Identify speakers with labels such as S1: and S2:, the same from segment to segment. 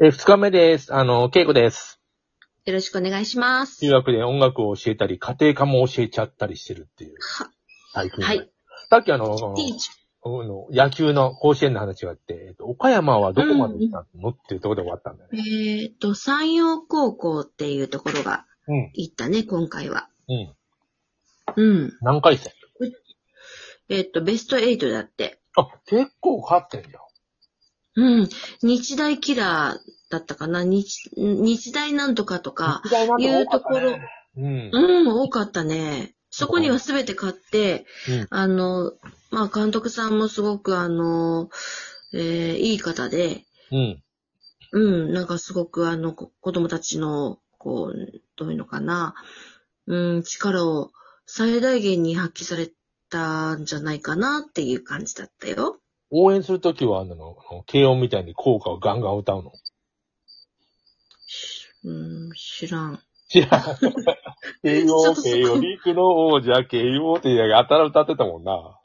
S1: え、二日目です。あの、稽古です。
S2: よろしくお願いします。
S1: 中学で音楽を教えたり、家庭科も教えちゃったりしてるっていう。
S2: は、
S1: 最近。
S2: はい。
S1: さっきあの、その
S2: ティーチ。
S1: あの野球の甲子園の話があって、えっと岡山はどこまで行ったのっていうところで終わったんだよね。
S2: えっ、と、山陽高校っていうところが
S1: うん。
S2: 行ったね、今回は。
S1: うん。
S2: うん。
S1: 何回戦
S2: えっ、と、ベスト8だって。
S1: あ、結構勝ってんじゃん。
S2: うん。日大キラーだったかな日、日大なんとかとか。
S1: 日大なんか多かったね
S2: いうとこ
S1: うん。
S2: うん、多かったね。そこには全て買って、
S1: うん
S2: あの、まあ、監督さんもすごくあの、えーいい方で、
S1: うん。
S2: うん、なんかすごくあの、こ子供たちの、こう、どういうのかな、うん、力を最大限に発揮されたんじゃないかなっていう感じだったよ。
S1: 応援するときは、あの、あの軽音みたいに効果をガンガン歌うの。
S2: うん、知らん。
S1: 違 う。慶
S2: ちょ
S1: 応、
S2: っとそこ
S1: 慶応、陸の王者、慶応ってやたら歌ってたもんな。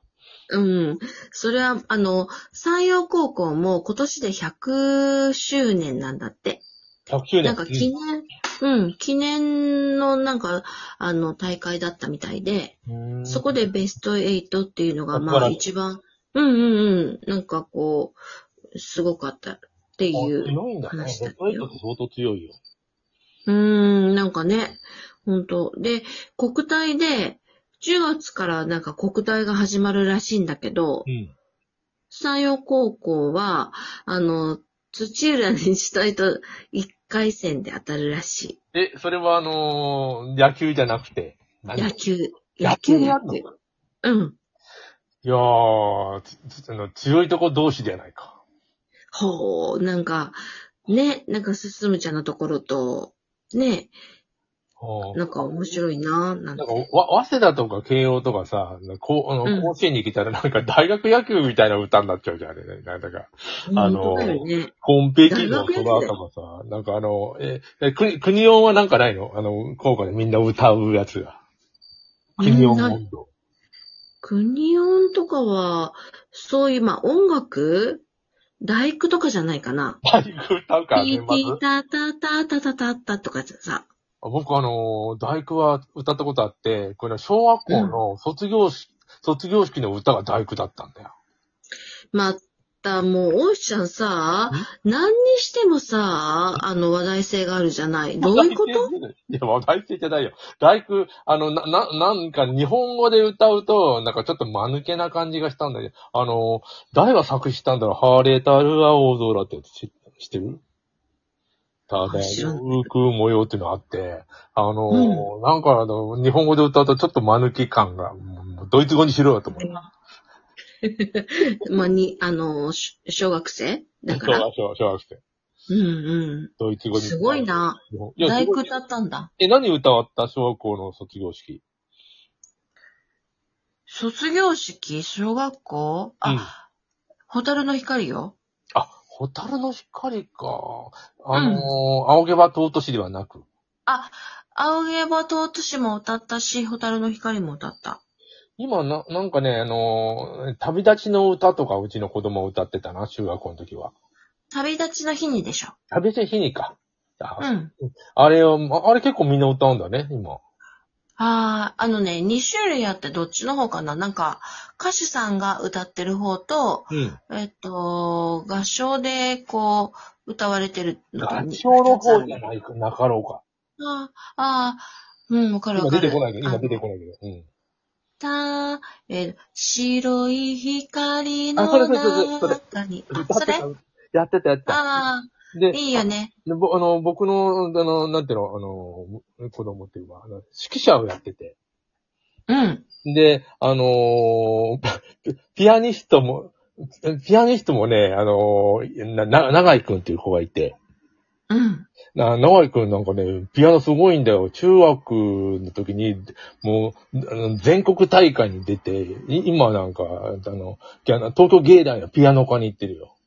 S2: うん。それは、あの、山陽高校も今年で100周年なんだって。
S1: 100周年。
S2: なんか記念、うん、記念のなんか、あの、大会だったみたいで、
S1: うん
S2: そこでベスト8っていうのが、
S1: うん
S2: まあ一番、うんうんうん、なんかこう、すごかったってい
S1: あ
S2: う。
S1: 強いんだね。
S2: 話
S1: ス
S2: だ
S1: ト
S2: っ
S1: レ
S2: た
S1: ー
S2: よ
S1: トって相当強いよ。
S2: うーん、なんかね、本当で、国体で、10月からなんか国体が始まるらしいんだけど
S1: う、ん。
S2: 山陽高校は、あの、土浦日大と1回戦で当たるらし
S1: え、それはあのー野球じゃなくて、
S2: い。野球。
S1: 野球に
S2: や
S1: あ
S2: っ
S1: んの
S2: てるうん。
S1: いやー、つつあの強いとこ同士じゃないか。
S2: ほう、なんか、ね、なんか進むちゃんのところと、ね、
S1: あー
S2: なんか面白いなぁ、なん
S1: なん
S2: て。
S1: か、わ、早稲田とか慶応とかさ、こう、あ
S2: う
S1: の、
S2: ん
S1: 甲子園に来たらなんか大学野球みたいな歌になっちゃうじゃん、あれね。なんだか、あのー
S2: 本当だよね。
S1: コンペキの空とかさ、なんかあの、え、え国、国音はなんかないのあの、効果でみんな歌うやつが。国音
S2: うんな
S1: 温度。
S2: 国音とかは、そういう、まあ、音楽大工とかじゃないかな。
S1: 大工歌うから、
S2: ピ
S1: 年
S2: ーティ
S1: 末
S2: ー。タタタタタタタとかさ。
S1: あ僕あのー、大工は歌ったことあって、これ小学校の卒業式、卒業式の歌が大工だったんだよ。
S2: また、もう、大石ちゃんさ、何にしてもさ、あの、話題性があるじゃない。どういうこと
S1: いや、話題性じゃないよ。大工、あの、な、な、なんか日本語で歌うと、なんかちょっと間抜けな感じがしたんだけど、あのー、誰が作詞したんだろう、ハーレータル青空って知知ってるただ、
S2: 知らん
S1: 浮く模様っていうのがあって、あのー、なんかあの、日本語で歌うとちょっと間抜け感が、もうドイツ語にしろよと思う。
S2: まあ、に、あの、し小学生だから。
S1: 小学小学小学生。
S2: うん
S1: ドイツ
S2: う
S1: 語
S2: ん。
S1: に。
S2: すごい。な。
S1: いや、
S2: 大
S1: すご
S2: 工
S1: い
S2: だったんだ。
S1: え、何歌わった小学校の卒業式。
S2: 卒業式小学校あ、
S1: うん
S2: ホタルの光よ。
S1: あ、ホタルの光か。あのー青毛は尊しではなく。
S2: 青毛羽ととしも歌ったし、ホタルの光も歌った。
S1: 今な、なんかね、あのー旅立ちの歌とかうちの子供歌ってたな、中学校の時は。
S2: 旅立ちの日にでしょ。
S1: 旅立ちの日にか。あ,、
S2: うん。
S1: あれを、ああれ結構みんな歌うんだね、今。
S2: ああ、あのね、2種類あってどっちの方かななんか、歌手さんが歌ってる方と、
S1: うん。
S2: えっと、合唱でこう、歌われてるのと
S1: 合
S2: に
S1: 唱の方
S2: 二つ
S1: じ
S2: あ
S1: ゃ
S2: る
S1: ないか、なかろうか。
S2: あーあー、うん、わかるわ
S1: 今
S2: か
S1: 出
S2: る。
S1: てこないけど、
S2: あ
S1: 今
S2: の
S1: 出てこないけど。うん。
S2: た、えー白い光
S1: あそれ
S2: の
S1: それそれそれ
S2: 中に。あ、
S1: 歌って
S2: それ
S1: たやってた、やってた。
S2: あ
S1: で
S2: あ、いいよね。
S1: で、ぼ、あの、僕の、あの、なんていうの、あの、子供っていうか、あの指揮者をやってて。
S2: うん。
S1: で、あの ーピアニストも、ピアニストもね、あのーな、な、長井くんっていう子がいて、
S2: うん。
S1: な、長井くんなんかね、ピアノすごいんだよ。中学の時に、もう、あの全国大会に出て、い今なんか、あの、ギャな東京芸大のピアノ科に行ってるよ。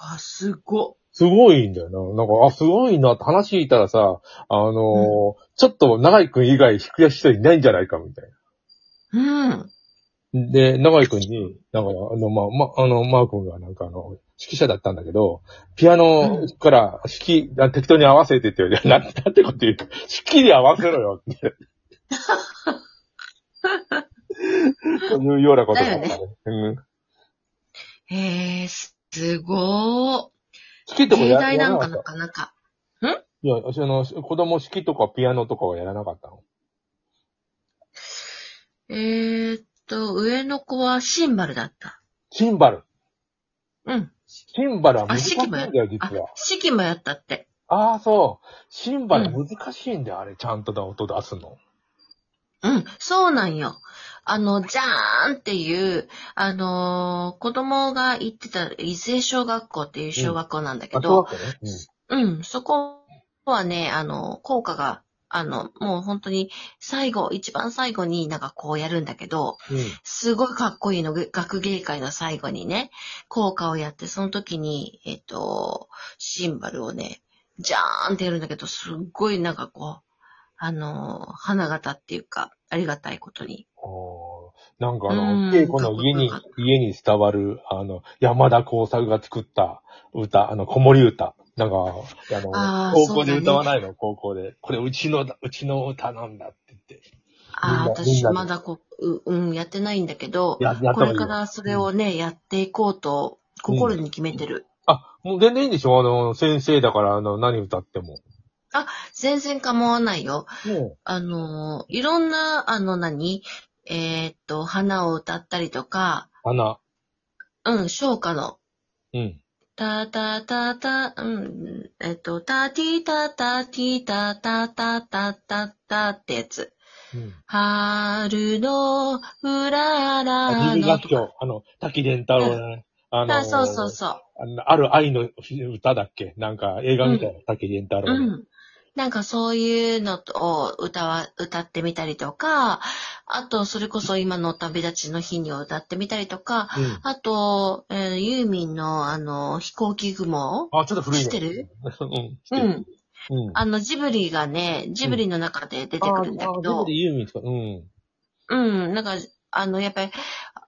S2: あ、すごっ。
S1: すごいんだよな。なんか、あ、すごいなって話聞いたらさ、あのーちょっと長井くん以外弾くやつ人いないんじゃないかみたいな。
S2: うん。
S1: で、長井くんに、なんか、あの、まあ、まあ、あの、マー君がなんかあの、指揮者だったんだけど、ピアノから指揮、あ適当に合わせてって言われて、 な、なんてこと言うか、指揮で合わせろよ って。というようなことだったね。
S2: だ
S1: うん。
S2: へえ、すすご
S1: 指揮
S2: ー。
S1: とか
S2: 芸
S1: や
S2: 大
S1: や
S2: な
S1: ら
S2: ん
S1: なか
S2: か
S1: った
S2: な。かなか。
S1: いや、その、子供指揮とかピアノとかはやらなかったの
S2: えーっと、上の子はシンバルだった。
S1: シンバル。
S2: うん。
S1: シンバルは難
S2: あ、
S1: し
S2: 四
S1: いん
S2: 季も
S1: だ
S2: や
S1: よ、
S2: あ
S1: 実は。、
S2: 四季もやったって。
S1: ああ、そう。シンバル難しいんだよ、あれ、ちゃんとだ音出すの。
S2: うん、そうなんよ。あの、じゃーんっていう、あのー子供が行ってた、伊勢小学校っていう小学校なんだけ
S1: あ、そう
S2: ど、
S1: だったね。
S2: うん、そこはね、あの、効果が、あの、もう本当に最後、一番最後になんかこうやるんだけど、
S1: うん。
S2: すごいかっこいいの、ぐ学芸会の最後にね、効果をやって、その時に、えっと、シンバルをね、ジャーンってやるんだけど、すっごいなんかこう、あのー、花形っていうか、ありがたいことに。
S1: おーなんかあ
S2: う
S1: の、
S2: ん
S1: 稽古の家に
S2: かっこよかっ、
S1: 家に伝わる、あの、山田耕作が作った歌、あの、子守歌。なんか、あ
S2: あー
S1: の、高校で
S2: そうだね
S1: 歌わないの、高校で。これ、うちのだ、うちの歌なんだって言って。みんな
S2: ああ、
S1: みん
S2: 私
S1: なで
S2: まだこう、ううん、やってないんだけど、
S1: や、やった
S2: こ
S1: 方がい
S2: れ
S1: い
S2: か
S1: よ。
S2: らそれをね、やっていこうと、心に決めてる。
S1: あ、もう全然いいんでしょあの、先生だから、あの、何歌っても。
S2: 全然構わないよ。
S1: も
S2: あのー、いろんな、あの何、えーっと、花を歌ったりとか、
S1: う、花。
S2: うん、昇華の
S1: うん。
S2: たたたた、うん、えっと、たティたたティたたたたたたってやつ。
S1: うん。
S2: 春のうら
S1: あ、
S2: ら
S1: 自分
S2: の
S1: 楽
S2: とか。
S1: 曲、あの、滝蓮太郎ね。あの
S2: あ、そうそうそう。
S1: あのある愛の歌だっけなんか映画みたいな、滝蓮太郎
S2: う
S1: の。
S2: ん。なんかそういうのを歌わ、歌ってみたりとか、あと、それこそ今の旅立ちの日にを歌ってみたりとか、
S1: うん。
S2: あと、えーユーミンのあの、飛行機雲
S1: あ、ちょっと古いね。
S2: 知ってる
S1: うん、知って
S2: う
S1: る。
S2: ん。
S1: うん。
S2: あの、ジブリがね、ジブリの中で出てくるんだけ
S1: あーあー
S2: ど
S1: 全部で、ユーミンとか、うん。
S2: うん、なんか、あの、やっぱり、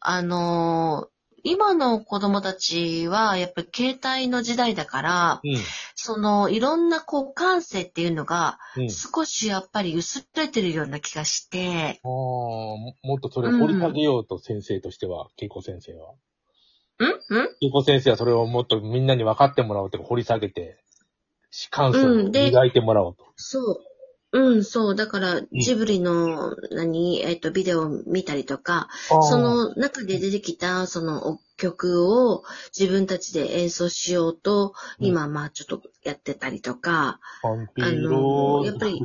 S2: あのー今の子供たちは、やっぱり携帯の時代だから、
S1: う
S2: その、いろんな、こう、感性っていうのが、
S1: ん。うん。
S2: 少しやっぱり薄れてるような気がして、
S1: ああ、ももっとそれを掘り下げようと、先生としては、恵子先生は。
S2: んん
S1: 恵子先生はそれをもっとみんなに分かってもらおうというか、掘り下げて、感想
S2: う
S1: を
S2: んで
S1: 磨いてもらおうと。
S2: そう。うん、そう。だから、ジブリの、何、えっ、と、ビデオを見たりとか、
S1: あー
S2: そ、の中で出てきた、そのお曲を自分たちで演奏しようと、
S1: うん
S2: 今、まあ、ちょっとやってたりとか、
S1: パンピ
S2: あ
S1: ーロ
S2: の
S1: ー、
S2: やっぱり、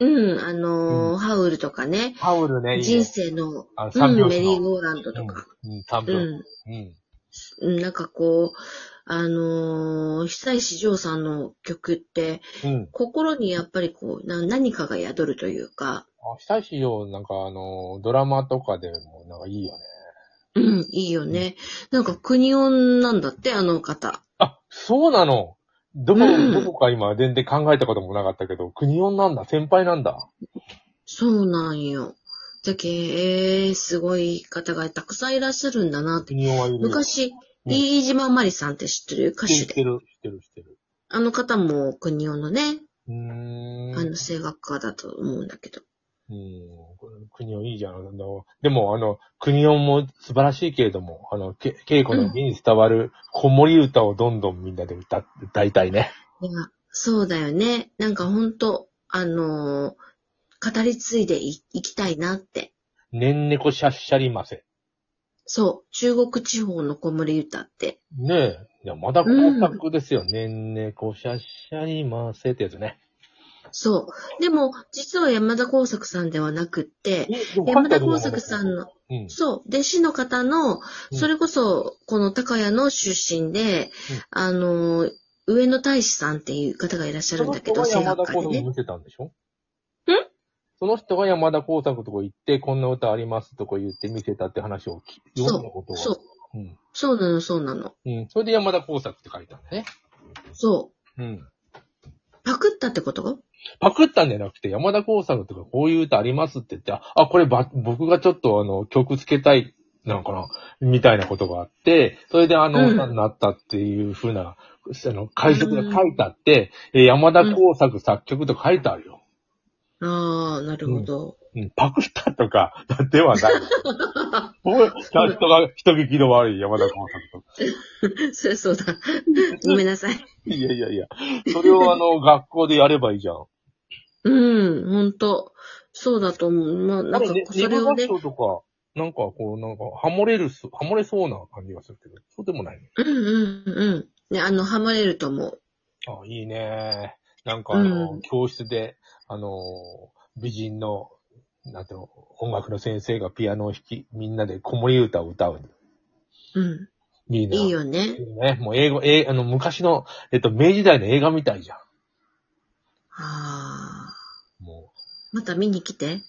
S2: うん、あのーハウルとかね、
S1: タオルね、いい
S2: 人
S1: ね。
S2: 生の、
S1: あの、
S2: う
S1: 三
S2: ん、
S1: 拍
S2: メ
S1: 子
S2: リー
S1: の。
S2: ゴーランドとか、
S1: うん、うん三
S2: う
S1: 拍子。
S2: ん、
S1: うん。
S2: うんなんかこう、あのー久石譲さんの曲って、
S1: うん。
S2: 心にやっぱりこう、な何かが宿るというか、
S1: あ、久しよ、なんかあの、ドラマとかでも、なんかいいよね。
S2: うん、いいよね。なんか国音なんだって、あの方。
S1: あ、そうなのどこ、
S2: うん
S1: どこか今、全然考えたこともなかったけど、国音なんだ、先輩なんだ。
S2: そうなんよ。だけえー、すごい方がたくさんいらっしゃるんだなって。
S1: 国音はいるよ。
S2: 昔、
S1: うん
S2: 飯島まりさんって知ってる歌
S1: 知っ
S2: 手
S1: て
S2: で。
S1: る、知ってる、知ってる。
S2: あの方も国音のね、
S1: うーん。
S2: あの声楽家だと思うんだけど。
S1: うん、これ国音いいじゃん。あのでも、あの、国音も素晴らしいけれども、あの、け稽古の家に伝わる子守歌をどんどんみんなで歌、歌いたいね。
S2: いや、そうだよね。なんかほんと、あのー語り継いでいいきたいなって。
S1: ねんねこしゃっしゃりませ。
S2: そう、中国地方の子守歌って。
S1: ねえ。いや、まだ光沢ですよ。ねんねこしゃっしゃりませってやつね。
S2: そう。でも、実は山田耕作さんではなくって、山田耕作さんの、
S1: うん。
S2: そう、弟子の方の、
S1: うん
S2: それこそ、この高谷の出身
S1: う
S2: で、
S1: ん
S2: あのー、上野大志さんっていう方がいらっしゃるんだけど、
S1: その人
S2: 声
S1: が山
S2: 楽
S1: 田
S2: 家で
S1: 耕作を
S2: ね。
S1: 見てたんでしょんその人が山田耕作とこ行って、こんな歌ありますとか言って見せたって話を聞読んだこと
S2: そう、
S1: は。
S2: そう、
S1: うん。
S2: そうなの、そうなの。
S1: うん。それで山田耕作って書いたんだね。
S2: そう。
S1: うん。
S2: パパクったってこと
S1: パクったんじゃなくて、山田耕作とかこういう歌ありますって言って、あ、あこれば、僕がちょっとあの、曲つけたい、なのかなみたいなことがあって、それであの、
S2: うん
S1: 歌になったっていうふうな、あの、解説が書いてあって、えー山田耕作作曲とか書いてあるよ。
S2: ああ、なるほど。
S1: うん、パクったとか、では ない。僕、人が、人聞きの悪い山田耕作とか。
S2: そりゃそうだ。ごめんなさい。
S1: いやいやいや、それをあの、学校でやればいいじゃん。
S2: うん、ほんと。そうだと思う。まあ、なんか
S1: あれね、
S2: それをね
S1: ネブ、ラストとか、なんかこう、なんか、ハモれるす、ハモれそうな感じがするけど、そうでもないね。
S2: うんうんうん。ね、あの、ハマれると思う。
S1: あ、いいね。なんかあの、
S2: うん
S1: 教室で、あの、美人の、なんていうの、音楽の先生がピアノを弾き、みんなで子守歌を歌う。
S2: うん。
S1: いいね。
S2: いいよね
S1: い。いね。もう英語、え、あの、昔の、えっと、明治時代の映画みたいじゃん。
S2: ああ。
S1: も
S2: また見に来て。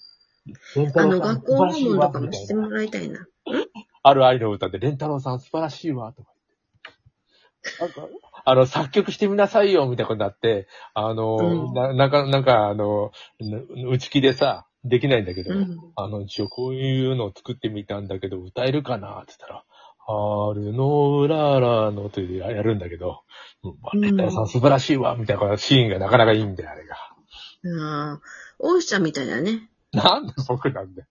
S1: う。レン
S2: あの、学校
S1: 素晴
S2: 訪
S1: らしい
S2: 問
S1: わ
S2: とかも
S1: みたい
S2: して
S1: な
S2: もらいたいな。
S1: あるありの歌で、レンタロウさん素晴らしいわ、とか言って。なんか、あの、作曲してみなさいよ、みたいなことになって、あの、
S2: うん
S1: ななんか、なんか、あの、な打ち気でさ、できないんだけど、
S2: うん。
S1: あの、一応こういうのを作ってみたんだけど、歌えるかなって言ったら、春のうららのというややるんだけど、うんまあ
S2: うん
S1: レンタロウさん素晴らしいわ、みたいなシーンがなかなかいいんだよ、あれが。
S2: ああ。大石ちゃんみたいだね。
S1: なんで僕なんだよ。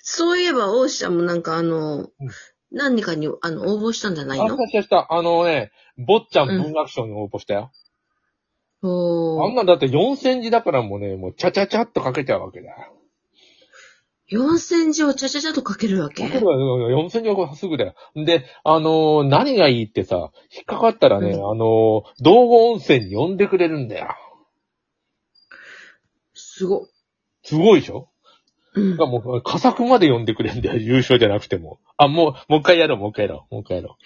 S2: そういえば大石ちゃんもなんかあの、何かに、あの、応募したんじゃない
S1: あ、
S2: の
S1: したした、あのね、坊っちゃん文学賞に応募したよ。あ
S2: お
S1: ん
S2: ー。
S1: なんだって4センチだからもうね、もうちゃちゃちゃっとかけちゃうわけだよ。
S2: 四千字をちゃちゃちゃとかけるわけ
S1: かけるわ よ4センチはすぐだよ。で、あのー何がいいってさ、引っかかったらね、
S2: うん
S1: あのー道後温泉に呼んでくれるんだよ。
S2: すごっ。
S1: すごいでしょ
S2: うん
S1: だか。らもう、佳作まで呼んでくれるんだよ、優勝じゃなくても。あ、もう、もう一回やろう、もう一回やろう、もう一回やろ